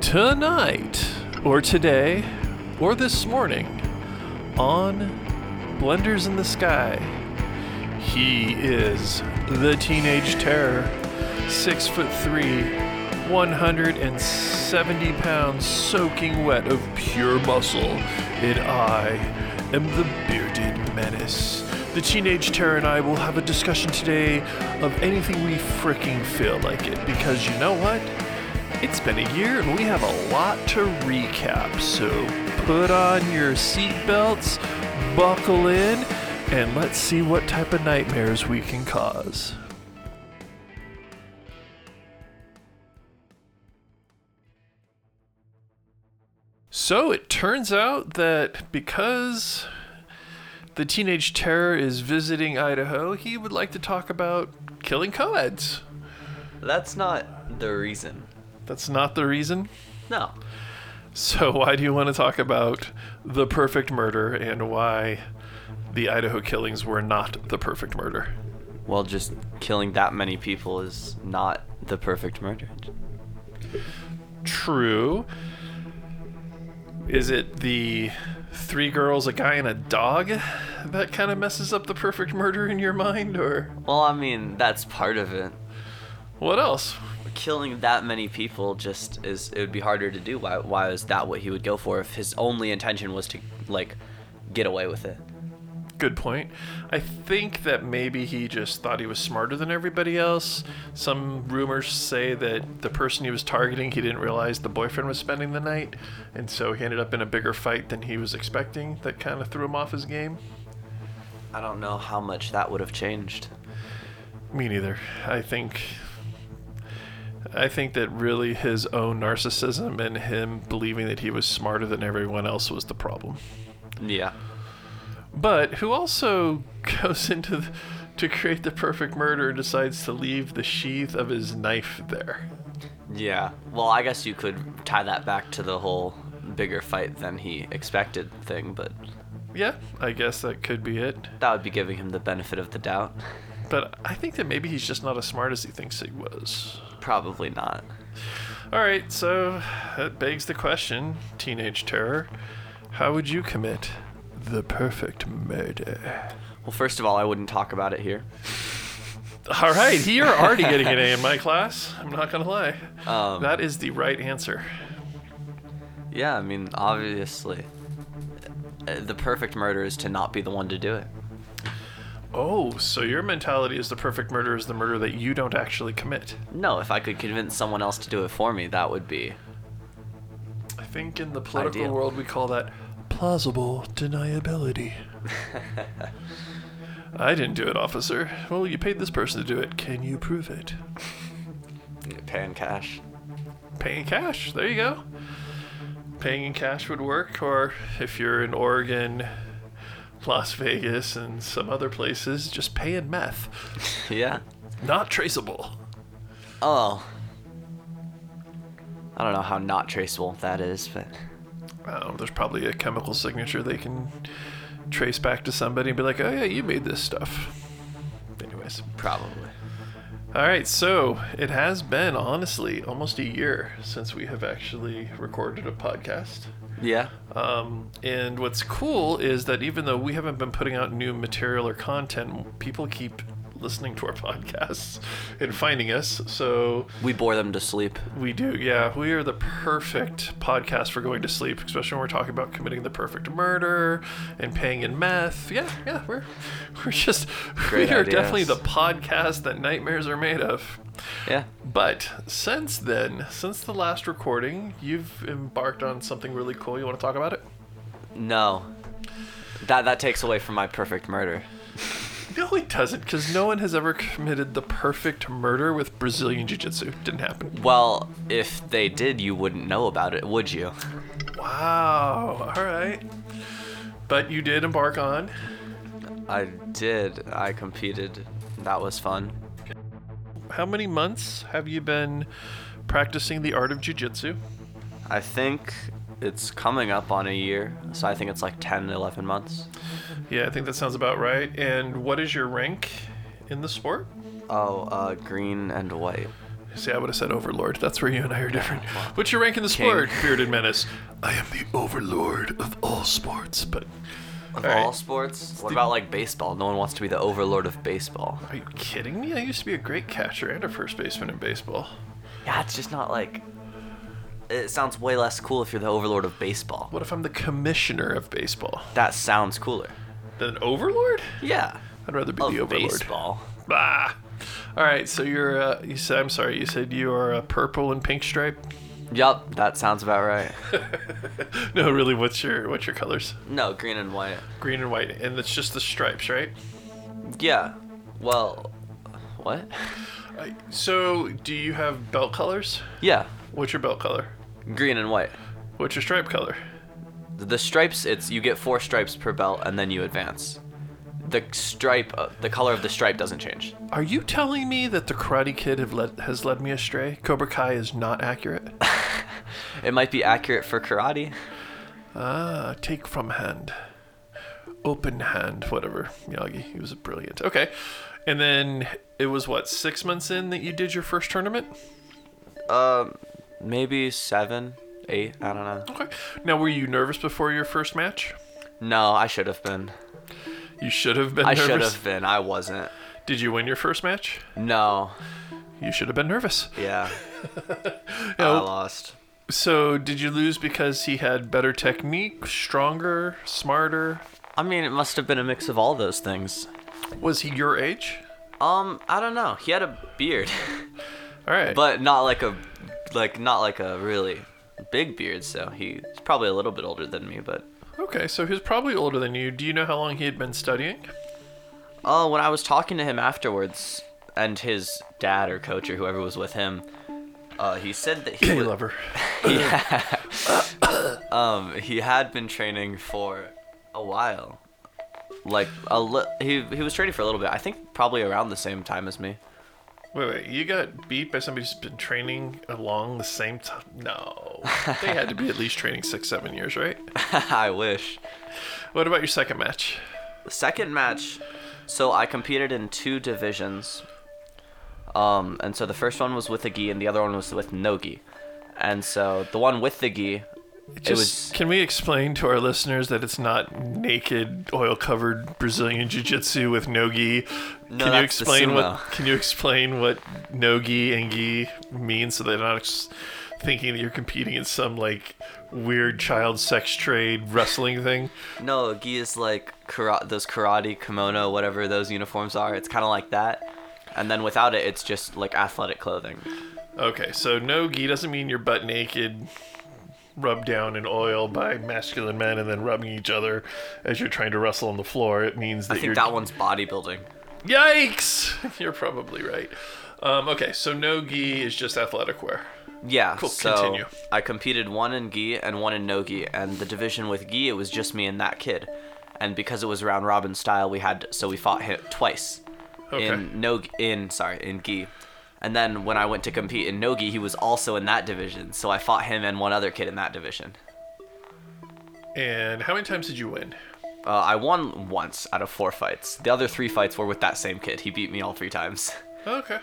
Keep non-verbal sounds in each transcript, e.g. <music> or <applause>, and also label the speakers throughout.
Speaker 1: tonight, or today, or this morning on Blenders in the Sky. He is the Teenage Terror, six foot three, 170 pounds, soaking wet of pure muscle, and I am the Bearded Menace. The Teenage Terror and I will have a discussion today of anything we fricking feel like it, because you know what? It's been a year and we have a lot to recap, so put on your seatbelts, buckle in, and let's see what type of nightmares we can cause. So it turns out that because the Teenage Terror is visiting Idaho, he would like to talk about killing co-eds.
Speaker 2: That's not the reason.
Speaker 1: That's not the reason.
Speaker 2: No.
Speaker 1: So, why do you want to talk about the perfect murder and why the Idaho killings were not the perfect murder?
Speaker 2: Well, just killing that many people is not the perfect murder.
Speaker 1: True. Is it the three girls, a guy, and a dog that kind of messes up the perfect murder in your mind, or
Speaker 2: Well, I mean, that's part of it.
Speaker 1: what else?
Speaker 2: Killing that many people just is it would be harder to do. Why why is that what he would go for if his only intention was to like get away with it?
Speaker 1: Good point. I think that maybe he just thought he was smarter than everybody else. Some rumors say that the person he was targeting, he didn't realize the boyfriend was spending the night, and so he ended up in a bigger fight than he was expecting. That kind of threw him off his game.
Speaker 2: I don't know how much that would have changed.
Speaker 1: Me neither. I think I think that really his own narcissism and him believing that he was smarter than everyone else was the problem.
Speaker 2: Yeah.
Speaker 1: but who also <laughs> goes into the, to create the perfect murder and decides to leave the sheath of his knife there.
Speaker 2: Yeah. Well, I guess you could tie that back to the whole bigger fight than he expected thing, but
Speaker 1: Yeah, I guess that could be it.
Speaker 2: that would be giving him the benefit of the doubt. <laughs>
Speaker 1: But I think that maybe he's just not as smart as he thinks he was.
Speaker 2: Probably not.
Speaker 1: All right, so that begs the question, teenage terror, how would you commit the perfect murder?
Speaker 2: Well, first of all, I wouldn't talk about it here.
Speaker 1: All right, you're already getting an A in my class. I'm not gonna lie.
Speaker 2: Um,
Speaker 1: that is the right answer.
Speaker 2: Yeah, I mean, obviously, uh, the perfect murder is to not be the one to do it.
Speaker 1: Oh, so your mentality is the perfect murder is the murder that you don't actually commit.
Speaker 2: No, if I could convince someone else to do it for me, that would be.
Speaker 1: I think in the political
Speaker 2: Ideal.
Speaker 1: world we call that plausible deniability. I didn't do it, officer. Well, you paid this person to do it. Can you prove it?
Speaker 2: Paying cash.
Speaker 1: Paying cash. There you go. Paying in cash would work, or if you're in Oregon, Las Vegas, and some other places, just pay in meth.
Speaker 2: <laughs> Yeah.
Speaker 1: Not traceable.
Speaker 2: Oh. I don't know how not traceable that is, but
Speaker 1: Oh, there's probably a chemical signature they can trace back to somebody and be like, oh, yeah, you made this stuff. Anyways.
Speaker 2: probably.
Speaker 1: All right, so it has been, honestly, almost a year since we have actually recorded a podcast.
Speaker 2: Yeah.
Speaker 1: Um, and what's cool is that even though we haven't been putting out new material or content, people keep listening to our <laughs> podcasts and finding us. So
Speaker 2: We bore them to sleep.
Speaker 1: we do, yeah. We are the perfect podcast for going to sleep, especially when we're talking about committing the perfect murder and paying in meth. Yeah, yeah, we're we're just <laughs>
Speaker 2: Great
Speaker 1: we are
Speaker 2: ideas.
Speaker 1: definitely the podcast that nightmares are made of.
Speaker 2: Yeah.
Speaker 1: But since then, since the last recording, you've embarked on something really cool. You want to talk about it?
Speaker 2: No. That that takes away from my perfect murder.
Speaker 1: No, it doesn't, because no one has ever committed the perfect murder with Brazilian Jiu Jitsu. Didn't happen.
Speaker 2: Well, if they did, you wouldn't know about it, would you?
Speaker 1: Wow. All right. But you did embark on.
Speaker 2: I did. I competed. That was fun.
Speaker 1: How many months have you been practicing the art of jiu-jitsu?
Speaker 2: I think it's coming up on a year, so I think it's like 10, 11 months.
Speaker 1: Yeah, I think that sounds about right. And what is your rank in the sport?
Speaker 2: Oh, uh, green and white.
Speaker 1: See, I would have said Overlord. That's where you and I are different. What's your rank in the sport, Bearded Menace? I am the Overlord of all sports, but
Speaker 2: Of
Speaker 1: All right.
Speaker 2: all sports, what about like baseball? No one wants to be the overlord of baseball.
Speaker 1: are you kidding me? I used to be a great catcher and a first baseman in baseball.
Speaker 2: Yeah, it's just not like. It sounds way less cool if you're the overlord of baseball.
Speaker 1: What if I'm the commissioner of baseball?
Speaker 2: That sounds cooler.
Speaker 1: Then Overlord?
Speaker 2: Yeah.
Speaker 1: I'd rather be
Speaker 2: Of
Speaker 1: the Overlord.
Speaker 2: baseball.
Speaker 1: Bah. All right, so you're. Uh, you said. I'm sorry. You said you are a purple and pink stripe.
Speaker 2: Yup, that sounds about right. <laughs>
Speaker 1: <laughs> No, really. What's your What's your colors?
Speaker 2: No, green and white.
Speaker 1: Green and white, and it's just the stripes, right?
Speaker 2: Yeah. Well, what? <laughs>
Speaker 1: I, so, do you have belt colors?
Speaker 2: Yeah,
Speaker 1: What's your belt color?
Speaker 2: green and white.
Speaker 1: What's your stripe color?
Speaker 2: The stripes, it's you get four stripes per belt, and then you advance. The stripe, uh, the color of the stripe doesn't change.
Speaker 1: Are you telling me that the Karate Kid have led, has led me astray? Cobra Kai is not <laughs> accurate.
Speaker 2: It might be accurate for karate.
Speaker 1: Ah, take from hand, open hand, whatever. Miyagi, he was brilliant. Okay, and then it was what six months in that you did your first tournament.
Speaker 2: Um, Maybe seven, eight. I don't know.
Speaker 1: Okay. Now, were you nervous before your first match?
Speaker 2: No, I should have been.
Speaker 1: You should have been
Speaker 2: I
Speaker 1: nervous.
Speaker 2: should have been. I wasn't.
Speaker 1: Did you win your first match?
Speaker 2: No.
Speaker 1: You should have been nervous.
Speaker 2: Yeah. I
Speaker 1: No.
Speaker 2: lost.
Speaker 1: So, did you lose because he had better technique, stronger, smarter?
Speaker 2: I mean, it must have been a mix of all those things.
Speaker 1: Was he your age?
Speaker 2: Um, I don't know. He had a beard. <laughs>
Speaker 1: All right.
Speaker 2: but not like a like not like a really big beard so he's probably a little bit older than me but
Speaker 1: okay, so he was probably older than you. Do you know how long he had been studying?
Speaker 2: oh when i was talking to him afterwards and his dad or coach or whoever was with him uh, he
Speaker 1: <coughs>
Speaker 2: said that he
Speaker 1: Gay
Speaker 2: was,
Speaker 1: lover.
Speaker 2: <coughs> um he had been training for a while like a li- he he was training for a little bit i think probably around the same time as me <laughs>
Speaker 1: Wait, wait. You got beat by somebody who's been training along the same time? No. they had to be at least training six, seven years, right?
Speaker 2: i wish
Speaker 1: What about your second match?
Speaker 2: The second match, so I competed in two divisions. Um, and so the first one was with a gi, and the other one was with no gi. And so the one with the gi,
Speaker 1: Just,
Speaker 2: was-
Speaker 1: Can we explain to our listeners that it's not naked, oil-covered Brazilian jiu-jitsu with no gi?
Speaker 2: No,
Speaker 1: can you
Speaker 2: that's the
Speaker 1: explain what?
Speaker 2: sumo.
Speaker 1: Can you explain what no gi and gi mean so they're not ex- thinking that you're competing in some like weird child sex trade wrestling thing?
Speaker 2: no gi is like kara- those karate kimono, whatever those uniforms are. It's kind of like that. And then without it, it's just like athletic clothing.
Speaker 1: Okay, so no gi doesn't mean you're butt naked, rubbed down in oil by masculine men and then rubbing each other as you're trying to wrestle on the floor. It means that
Speaker 2: I
Speaker 1: you're
Speaker 2: think that one's bodybuilding.
Speaker 1: Yikes! <laughs> You're probably right. Um, okay, so no gi is just athletic wear.
Speaker 2: Yeah. Cool. So
Speaker 1: continue.
Speaker 2: I competed one in gi and one in no gi, and the division with gi it was just me and that kid, and because it was round robin style, we had so we fought him twice.
Speaker 1: Okay.
Speaker 2: In no in sorry in gi, and then when I went to compete in no gi, he was also in that division, so I fought him and one other kid in that division.
Speaker 1: And how many times did you win?
Speaker 2: Uh, I won once out of four fights. The other three fights were with that same kid. He beat me all three times. <laughs>
Speaker 1: Okay.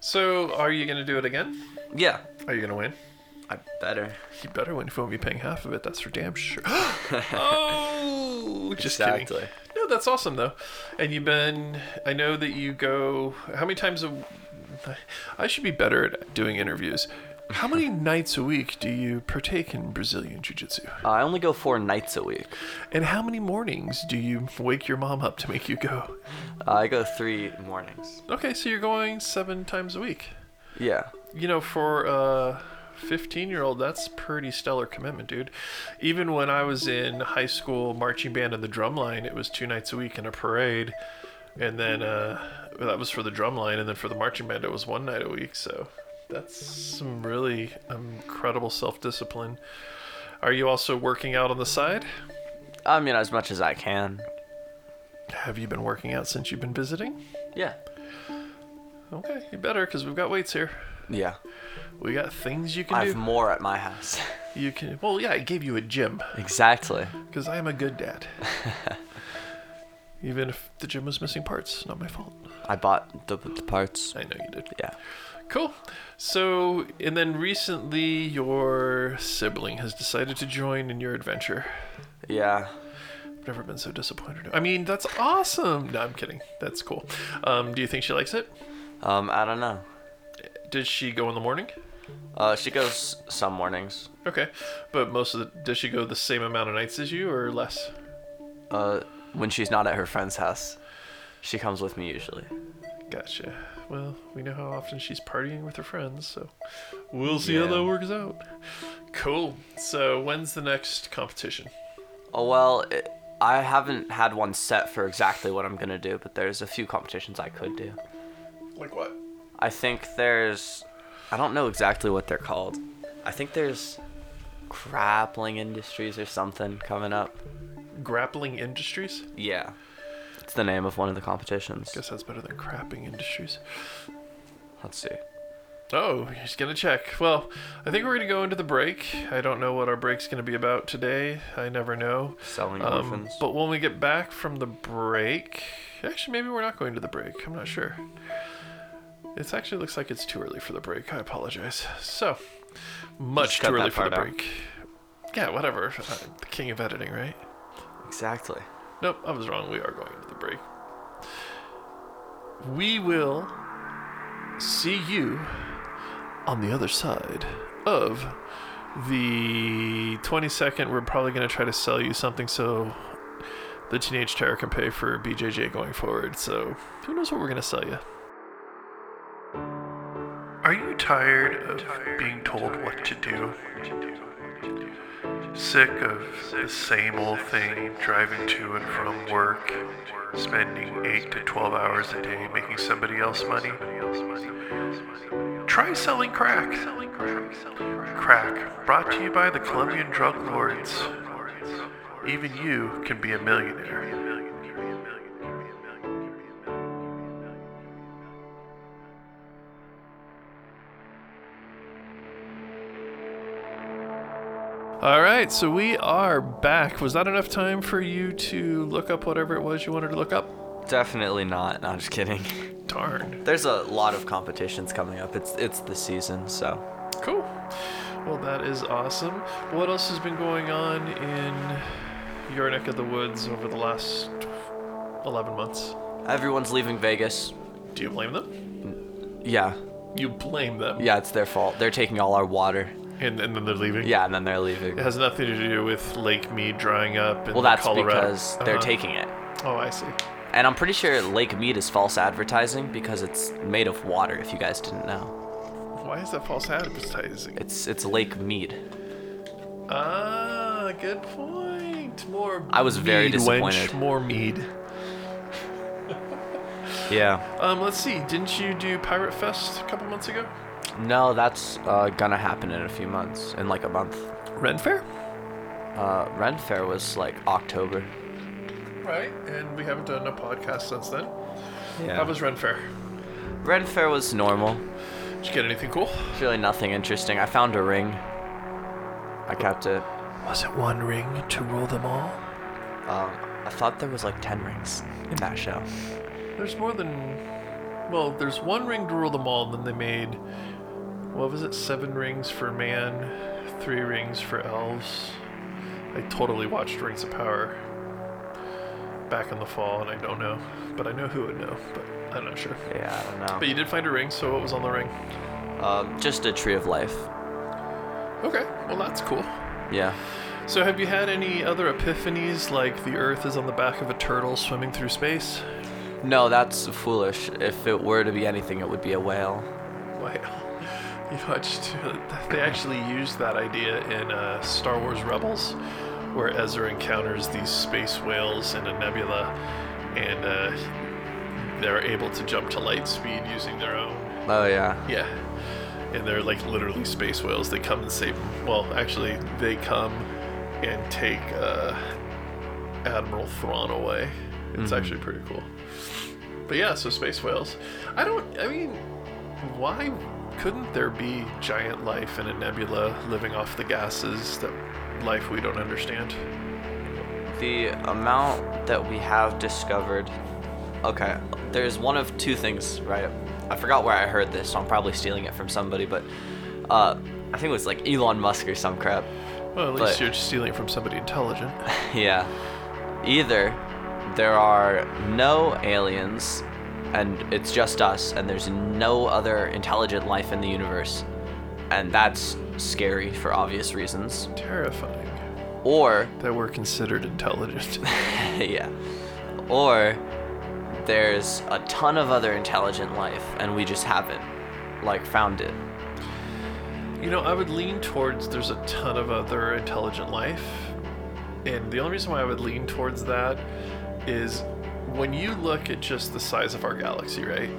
Speaker 1: So are you gonna do it again?
Speaker 2: yeah,
Speaker 1: Are you gonna win?
Speaker 2: I better.
Speaker 1: You better win if you won't be paying half of it. That's for damn <gasps> sure. oh, just
Speaker 2: Exactly.
Speaker 1: kidding. No, that's awesome though. And you've been. I know that you go. How many times a? I should be better at doing interviews. How many <laughs> nights a week do you partake in Brazilian jiu-jitsu?
Speaker 2: Uh, I only go four nights a week.
Speaker 1: And how many mornings do you wake your mom up to make you go?
Speaker 2: Uh, I go three mornings.
Speaker 1: Okay, so you're going seven times a week.
Speaker 2: Yeah.
Speaker 1: You know, for a 15 year old, that's pretty stellar commitment, dude. Even when I was in high school marching band and the drum line, it was two nights a week in a parade. And then uh, that was for the drum line. And then for the marching band, it was one night a week. So that's some really um, incredible self discipline. Are you also working out on the side?
Speaker 2: I mean, as much as I can.
Speaker 1: Have you been working out since you've been visiting?
Speaker 2: Yeah.
Speaker 1: Okay, you better because we've got weights here.
Speaker 2: Yeah.
Speaker 1: We got things you can
Speaker 2: I have
Speaker 1: do.
Speaker 2: more at my house. <laughs>
Speaker 1: you can. Well, yeah, I gave you a gym
Speaker 2: exactly.
Speaker 1: because I am a good dad. Even if the gym was missing parts, not my fault.
Speaker 2: I bought the, the parts.
Speaker 1: I know you did.
Speaker 2: Yeah.
Speaker 1: Cool. So, and then recently your sibling has decided to join in your adventure.
Speaker 2: Yeah.
Speaker 1: I've never been so disappointed. I mean, that's awesome. No, I'm kidding. That's cool. Um, do you think she likes it?
Speaker 2: Um, I don't know.
Speaker 1: Did she go in the morning?
Speaker 2: Uh, she goes some mornings.
Speaker 1: Okay. But most of the, does she go the same amount of nights as you or less?
Speaker 2: Uh, when she's not at her friend's house, she comes with me usually.
Speaker 1: Gotcha. Well, we know how often she's partying with her friends, so we'll see
Speaker 2: Yeah.
Speaker 1: how that works out. Cool. So, when's the next competition?
Speaker 2: Oh well, it, I haven't had one set for exactly what I'm gonna do, but there's a few competitions I could do.
Speaker 1: Like what?
Speaker 2: I think there's, I don't know exactly what they're called. I think there's grappling industries or something coming up.
Speaker 1: Grappling Industries?
Speaker 2: Yeah, it's the name of one of the competitions.
Speaker 1: Guess that's better than Crapping Industries.
Speaker 2: Let's see.
Speaker 1: Oh, he's gonna check. Well, I think we're gonna go into the break. I don't know what our break's gonna be about today. I never know.
Speaker 2: Selling
Speaker 1: Um,
Speaker 2: orphans.
Speaker 1: but when we get back from the break, actually, maybe we're not going to the break. I'm not sure. It actually looks like it's too early for the break. I apologize. So much
Speaker 2: cut
Speaker 1: too early
Speaker 2: that
Speaker 1: for the
Speaker 2: part out.
Speaker 1: break. Yeah, whatever. I'm the king of editing, right?
Speaker 2: Exactly.
Speaker 1: Nope, I was wrong. We are going to the break. We will see you on the other side of the 22nd. We're probably going to try to sell you something so the Teenage Terror can pay for BJJ going forward. So who knows what we're going to sell you. Are you tired of being told what to do? Sick of the same old thing, driving to and from work, spending 8 to 12 hours a day making somebody else money? Try selling crack. Crack, brought to you by the Colombian drug lords. Even you can be a millionaire. All right, so we are back. Was that enough time for you to look up whatever it was you wanted to look up?
Speaker 2: Definitely not. No, I'm just kidding. <laughs>
Speaker 1: Darn.
Speaker 2: There's a lot of competitions coming up. It's it's the season, so
Speaker 1: Cool. Well, that is awesome. What else has been going on in your neck of the woods over the last 11 months?
Speaker 2: everyone's leaving Vegas.
Speaker 1: Do you blame them?
Speaker 2: Yeah,
Speaker 1: You blame them.
Speaker 2: yeah, it's their fault. They're taking all our water.
Speaker 1: And, and then they're leaving?
Speaker 2: Yeah, and then they're leaving.
Speaker 1: It has nothing to do with Lake Mead drying up and
Speaker 2: Well, that's
Speaker 1: Colorado.
Speaker 2: because they're
Speaker 1: Uh-huh.
Speaker 2: taking it.
Speaker 1: Oh, I see.
Speaker 2: And I'm pretty sure Lake Mead is false advertising because it's made of water. If you guys didn't know,
Speaker 1: Why is that false advertising?
Speaker 2: it's it's Lake Mead.
Speaker 1: Ah, good point. More.
Speaker 2: I was very
Speaker 1: mead,
Speaker 2: disappointed.
Speaker 1: Wench, more mead.
Speaker 2: Yeah.
Speaker 1: Um, let's see. Didn't you do Pirate Fest a couple months ago?
Speaker 2: No, that's uh, gonna happen in a few months. In like a month.
Speaker 1: Ren Fair.
Speaker 2: Uh, Ren Fair was like October.
Speaker 1: Right, and we haven't done a podcast since then.
Speaker 2: Yeah.
Speaker 1: How was Ren Fair?
Speaker 2: Ren Fair was normal.
Speaker 1: Did you get anything cool?
Speaker 2: It's really nothing interesting. I found a ring. I kept it.
Speaker 1: Was it one ring to rule them all?
Speaker 2: Um, I thought there was like ten rings in that show.
Speaker 1: There's more than. Well, there's one ring to rule them all, and then they made. What was it? Seven rings for man, three rings for elves. I totally watched Rings of Power back in the fall, and I don't know. But I know who would know, but I'm not sure.
Speaker 2: Yeah, I don't know.
Speaker 1: But you did find a ring, so what was on the ring?
Speaker 2: Um, just a tree of life.
Speaker 1: Okay, well, that's cool.
Speaker 2: Yeah.
Speaker 1: So, have you had any other epiphanies like the Earth is on the back of a turtle swimming through space?
Speaker 2: No, that's foolish. If it were to be anything, it would be a whale.
Speaker 1: Wow. <laughs> You watched, <laughs> they actually used that idea in uh, Star Wars Rebels, where Ezra encounters these space whales in a nebula, and uh, they're able to jump to light speed using their own.
Speaker 2: Oh yeah.
Speaker 1: Yeah. And they're like literally space whales. They come and save them. Well, actually, they come and take uh, Admiral Thrawn away. It's actually pretty cool. But yeah, so space whales. I don't. I mean, why couldn't there be giant life in a nebula living off the gases that life we don't understand?
Speaker 2: The amount that we have discovered. Okay, there's one of two things, right? I forgot where I heard this, so I'm probably stealing it from somebody, but uh, I think it was like Elon Musk or some crap.
Speaker 1: Well, at least
Speaker 2: But-
Speaker 1: you're stealing it from somebody intelligent.
Speaker 2: Yeah. Either there are no aliens and it's just us and there's no other intelligent life in the universe. And that's scary for obvious reasons.
Speaker 1: Terrifying
Speaker 2: Or
Speaker 1: that we're considered intelligent. <laughs>
Speaker 2: <laughs> yeah. Or there's a ton of other intelligent life and we just haven't like found it.
Speaker 1: You know, I would lean towards there's a ton of other intelligent life. And the only reason why I would lean towards that is when you look at just the size of our galaxy, right?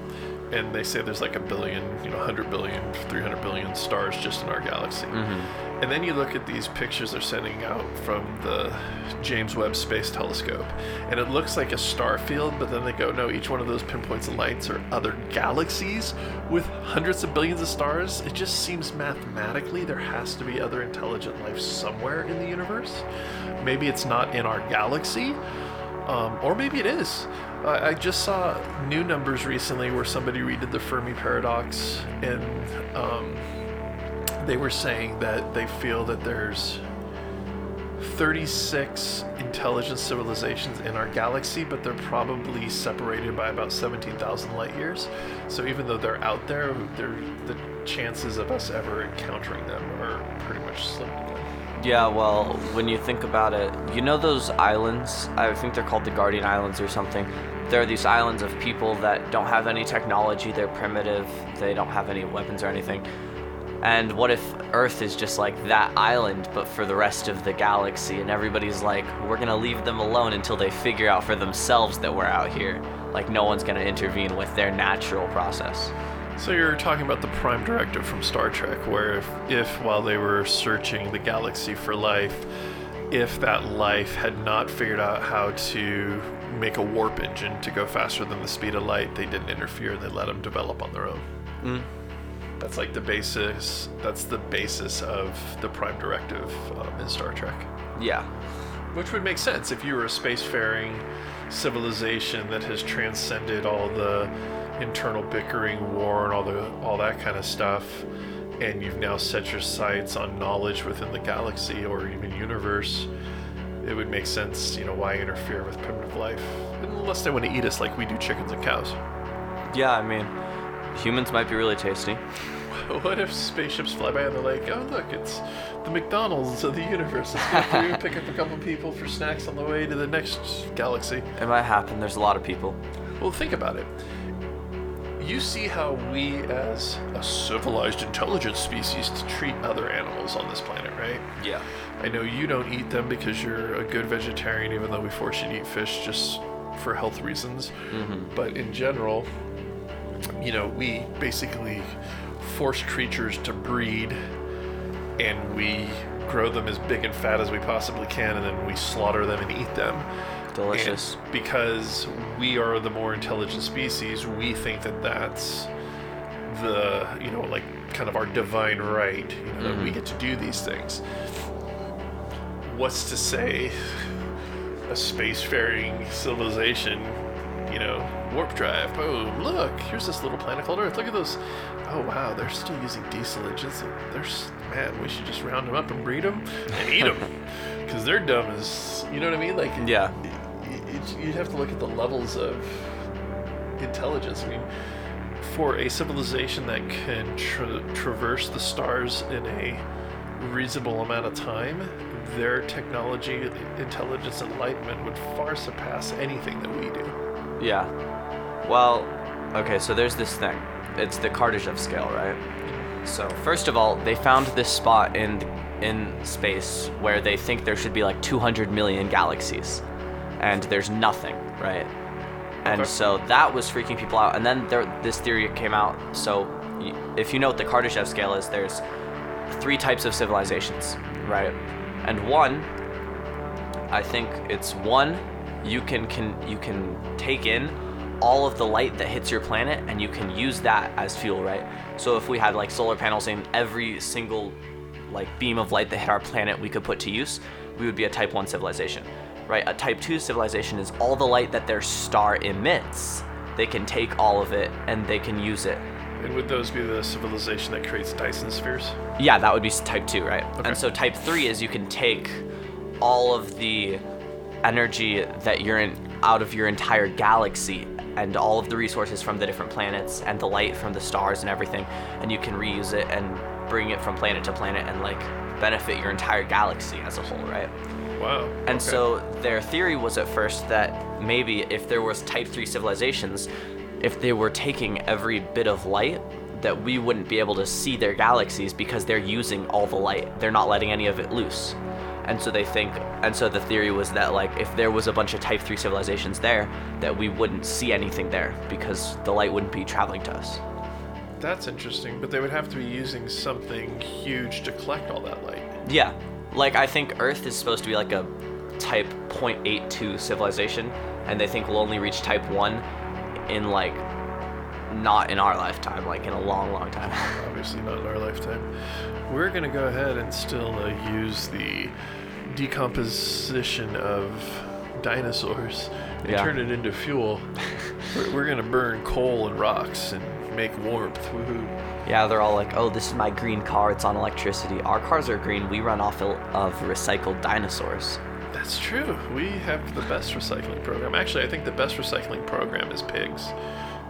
Speaker 1: And they say there's like a billion, you know, 100 billion, 300 billion stars just in our galaxy. And then you look at these pictures they're sending out from the James Webb Space Telescope, and it looks like a star field, but then they go, no, each one of those pinpoints of lights are other galaxies with hundreds of billions of stars. It just seems mathematically there has to be other intelligent life somewhere in the universe. Maybe it's not in our galaxy, um, or maybe it is. I, I just saw new numbers recently where somebody redid the Fermi paradox, and um, they were saying that they feel that there's 36 intelligent civilizations in our galaxy, but they're probably separated by about 17,000 light years. So even though they're out there, they're, the chances of us ever encountering them are pretty much slim. to none.
Speaker 2: Yeah, well, when you think about it, you know those islands? I think they're called the Guardian Islands or something. There are these islands of people that don't have any technology, they're primitive, they don't have any weapons or anything. And what if Earth is just like that island, but for the rest of the galaxy, and everybody's like, we're gonna leave them alone until they figure out for themselves that we're out here? Like, no one's gonna intervene with their natural process.
Speaker 1: So you're talking about the Prime Directive from Star Trek, where if, if while they were searching the galaxy for life, if that life had not figured out how to make a warp engine to go faster than the speed of light, they didn't interfere. They let them develop on their own. That's like the basis. That's the basis of the Prime Directive um, in Star Trek.
Speaker 2: Yeah.
Speaker 1: Which would make sense if you were a spacefaring civilization that has transcended all the internal bickering, war, and all the all that kind of stuff, and you've now set your sights on knowledge within the galaxy or even universe. It would make sense, you know, why interfere with primitive life unless they want to eat us like we do chickens and cows. <laughs>
Speaker 2: Yeah, I mean, humans might be really tasty.
Speaker 1: What if spaceships fly by and they're like, oh look, it's the McDonald's of the universe. It's good for you. Pick up a couple people for snacks on the way to the next galaxy.
Speaker 2: It might happen, there's a lot of people.
Speaker 1: Well, think about it. You see how we, as a civilized, intelligent species, treat other animals on this planet, right?
Speaker 2: Yeah.
Speaker 1: I know you don't eat them because you're a good vegetarian, even though we force you to eat fish just for health reasons. But in general, you know, we basically force creatures to breed and we grow them as big and fat as we possibly can, and then we slaughter them and eat them. And
Speaker 2: Delicious.
Speaker 1: because we are the more intelligent species, we think that that's the, you know, like kind of our divine right, you know, that we get to do these things. What's to say a spacefaring civilization, you know, warp drive, boom, look, here's this little planet called Earth. Look at those. Oh, wow, they're still using diesel engines. There's, man, we should just round them up and breed them and eat them. Because they're dumb as, you know what I mean? Like,
Speaker 2: yeah.
Speaker 1: it- you'd have to look at the levels of intelligence. I mean, for a civilization that can tra- traverse the stars in a reasonable amount of time, their technology, intelligence, enlightenment would far surpass anything that we do.
Speaker 2: Yeah. Well, okay, so there's this thing. It's the Kardashev scale, right? So, first of all, they found this spot in in space where they think there should be like 200 million galaxies. And there's nothing, right? And
Speaker 1: Okay.
Speaker 2: so that was freaking people out. And then there, this theory came out. So, y- if you know what the Kardashev scale is, there's three types of civilizations, right? And one I think it's one, you can can you can take in all of the light that hits your planet and you can use that as fuel, right? So if we had like solar panels in every single like beam of light that hit our planet we could put to use, we would be a type 1 civilization. Right? A type 2 civilization is all the light that their star emits they can take all of it and they can use it.
Speaker 1: And would those be the civilization that creates Dyson spheres?
Speaker 2: Yeah, that would be s- type two, right?
Speaker 1: Okay.
Speaker 2: And so type three is you can take all of the energy that you're in out of your entire galaxy and all of the resources from the different planets and the light from the stars and everything, and you can reuse it and bring it from planet to planet and like benefit your entire galaxy as a whole, right?
Speaker 1: Wow.
Speaker 2: And
Speaker 1: okay.
Speaker 2: so their theory was at first that maybe if there was type 3 civilizations, if they were taking every bit of light, that we wouldn't be able to see their galaxies because they're using all the light. They're not letting any of it loose. And so they think and so the theory was that like if there was a bunch of type 3 civilizations there, that we wouldn't see anything there because the light wouldn't be traveling to us.
Speaker 1: that's interesting, but they would have to be using something huge to collect all that light.
Speaker 2: Yeah. Like I think Earth is supposed to be like a type 0.82 civilization and they think we'll only reach type 1 in like not in our lifetime, like in a long long time. <laughs>
Speaker 1: Obviously, not in our lifetime. We're gonna go ahead and still uh, use the decomposition of dinosaurs and
Speaker 2: Yeah.
Speaker 1: turn it into
Speaker 2: <laughs>
Speaker 1: fuel. we're, we're gonna burn coal and rocks and make warmth. Woohoo!
Speaker 2: yeah, they're all like, "Oh, this is my green car. It's on electricity. Our cars are green. We run off il- of recycled dinosaurs."
Speaker 1: That's true. We have the best recycling program. Actually, I think the best recycling program is pigs.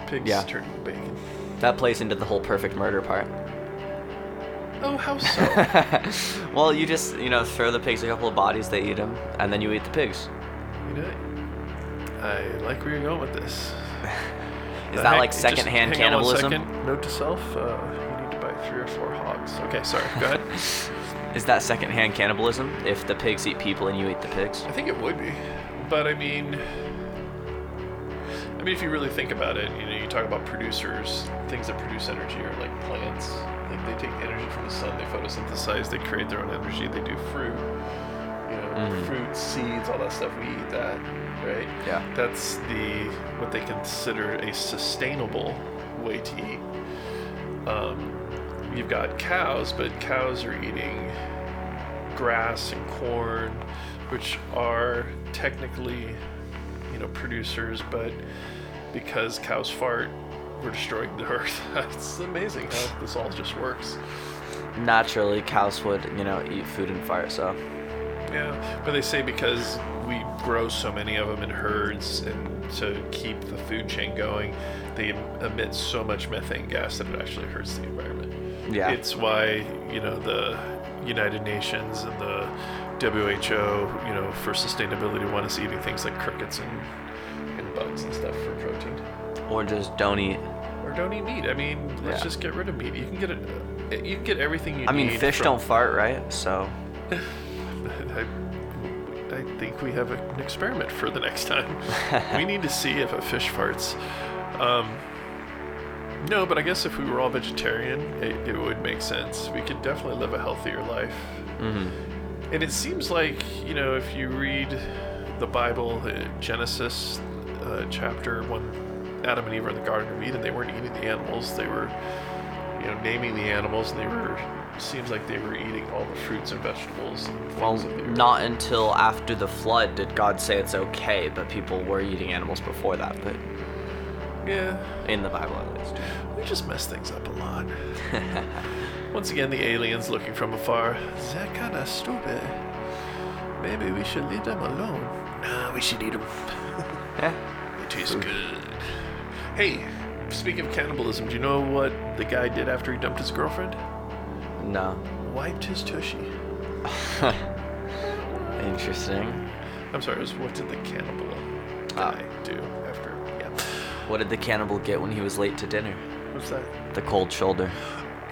Speaker 1: Pigs
Speaker 2: Yeah.
Speaker 1: turn into bacon.
Speaker 2: That plays into the whole perfect murder part. <laughs>
Speaker 1: Oh, how so?
Speaker 2: Well, you just, you know, throw the pigs a couple of bodies, they eat them, and then you eat the pigs.
Speaker 1: you know, I like where you're going with this.
Speaker 2: Is
Speaker 1: Uh,
Speaker 2: that
Speaker 1: hang-
Speaker 2: like
Speaker 1: just
Speaker 2: secondhand
Speaker 1: hang on one
Speaker 2: cannibalism?
Speaker 1: second. Note to self: uh, you need to buy three or four hogs. Okay, sorry. Go <laughs> ahead.
Speaker 2: Is that secondhand cannibalism? If the pigs eat people and you eat the pigs?
Speaker 1: I think it would be, but I mean, I mean, if you really think about it, you know, you talk about producers. Things that produce energy are like plants. Like they take energy from the sun, they photosynthesize, they create their own energy. They do fruit, you know,
Speaker 2: Mm-hmm.
Speaker 1: fruit, seeds, all that stuff. We eat that, right?
Speaker 2: Yeah.
Speaker 1: That's the what they consider a sustainable way to eat. Um, you've got cows, but cows are eating grass and corn, which are technically, you know, producers, but because cows fart, we're destroying the <laughs> earth. it's amazing how this all just works.
Speaker 2: Naturally, cows would, you know, eat food and fart, so.
Speaker 1: Yeah, but they say because we grow so many of them in herds and to keep the food chain going, they emit so much methane gas that it actually hurts the environment.
Speaker 2: Yeah.
Speaker 1: It's why, you know, the United Nations and the WHO, you know, for sustainability want us eating things like crickets and, and bugs and stuff for protein.
Speaker 2: Oranges don't eat.
Speaker 1: Or don't eat meat. I mean, let's
Speaker 2: Yeah.
Speaker 1: just get rid of meat. You can get it. You can get everything you
Speaker 2: I
Speaker 1: need.
Speaker 2: mean, fish
Speaker 1: from-
Speaker 2: don't fart, right? So.
Speaker 1: I, I think we have an experiment for the next time.
Speaker 2: <laughs>
Speaker 1: we need to see if a fish farts. Um, no, but I guess if we were all vegetarian, it, it would make sense. We could definitely live a healthier life.
Speaker 2: mm-hmm.
Speaker 1: And it seems like, you know, if you read the Bible, uh, Genesis uh, chapter 1, Adam and Eve are in the Garden of Eden, they weren't eating the animals, they were you know, naming the animals, and they were seems like they were eating all the fruits and vegetables. And things
Speaker 2: Well,
Speaker 1: that they were-
Speaker 2: not until after the flood did God say it's okay, but people were eating animals before that, but
Speaker 1: Yeah,
Speaker 2: in the Bible at least.
Speaker 1: we just mess things up a <laughs> lot. Once again, the aliens looking from afar. They're kind of stupid. Maybe we should leave them alone. Nah, we should eat them.
Speaker 2: Yeah.
Speaker 1: They taste good. Hey, speaking of cannibalism, do you know what the guy did after he dumped his girlfriend?
Speaker 2: No. <laughs>
Speaker 1: Wiped his tushy.
Speaker 2: Interesting.
Speaker 1: I'm sorry, it was what did the cannibal
Speaker 2: Ah.
Speaker 1: guy do after? Yeah.
Speaker 2: What did the cannibal get when he was late to dinner?
Speaker 1: What's that?
Speaker 2: The cold shoulder.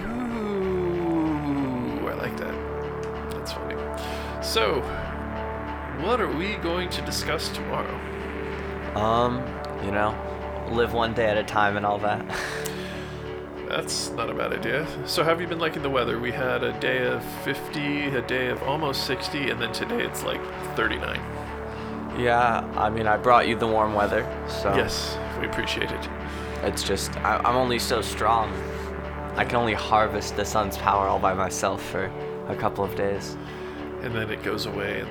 Speaker 1: Ooh, I like that. That's funny. So, what are we going to discuss tomorrow?
Speaker 2: Um, you know, live one day at a time and all that. <laughs>
Speaker 1: That's not a bad idea. So, have you been liking the weather? We had a day of 50, a day of almost 60, and then today it's like 39.
Speaker 2: Yeah, I mean, I brought you the warm weather, so
Speaker 1: Yes, we appreciate it.
Speaker 2: it's just I, I'm only so strong. I can only harvest the sun's power all by myself for a couple of days.
Speaker 1: And then it goes away, and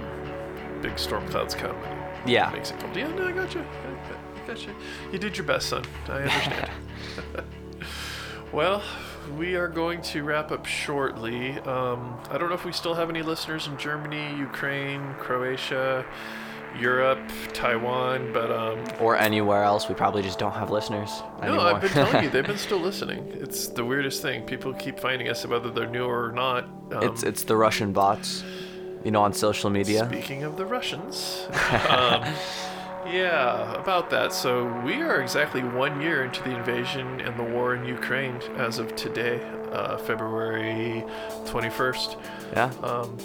Speaker 1: big storm clouds come.
Speaker 2: Yeah,
Speaker 1: Makes it cold. Yeah, no, I gotcha. gotcha. You did your best, son. I
Speaker 2: <laughs>
Speaker 1: understand. well, we are going to wrap up shortly. Um, I don't know if we still have any listeners in Germany, Ukraine, Croatia, Europe, Taiwan, but um,
Speaker 2: Or anywhere else. We probably just don't have listeners
Speaker 1: no,
Speaker 2: anymore.
Speaker 1: I've been telling
Speaker 2: <laughs>
Speaker 1: you, they've been still listening. It's the weirdest thing. People keep finding us, whether they're new or not. Um,
Speaker 2: it's it's the Russian bots, you know, on social media.
Speaker 1: Speaking of the Russians, um, yeah, about that. So we are exactly one year into the invasion and the war in Ukraine as of today, uh, February 21st.
Speaker 2: Yeah,
Speaker 1: Um,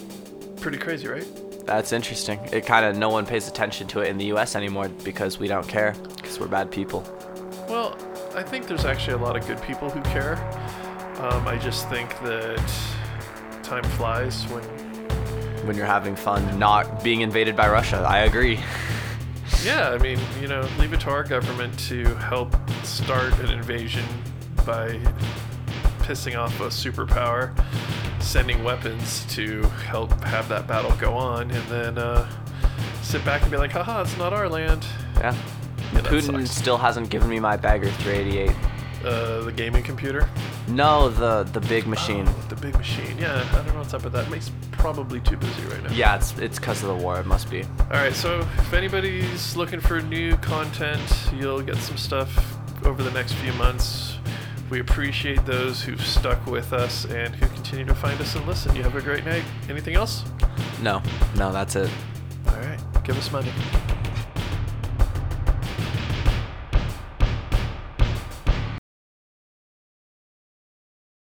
Speaker 1: pretty crazy, right?
Speaker 2: that's interesting. It kind of no one pays attention to it in the U.S. anymore because we don't care because we're bad people.
Speaker 1: Well, I think there's actually a lot of good people who care. Um, I just think that time flies when.
Speaker 2: When you're having fun, not being invaded by Russia. I agree.
Speaker 1: Yeah, I mean, you know, leave it to our government to help start an invasion by pissing off a superpower, sending weapons to help have that battle go on, and then uh, sit back and be like, haha, it's not our land.
Speaker 2: Yeah.
Speaker 1: Yeah, that
Speaker 2: Putin
Speaker 1: sucks.
Speaker 2: still hasn't given me my bagger 388.
Speaker 1: Uh, the gaming computer.
Speaker 2: No, the the big machine.
Speaker 1: Oh, the big machine. Yeah, I don't know what's up with that. Makes probably too busy right now.
Speaker 2: Yeah, it's it's because of the war. It must be.
Speaker 1: All right, so if anybody's looking for new content, you'll get some stuff over the next few months. We appreciate those who've stuck with us and who continue to find us and listen. You have a great night. Anything else?
Speaker 2: No, no, that's it.
Speaker 1: All right, give us money.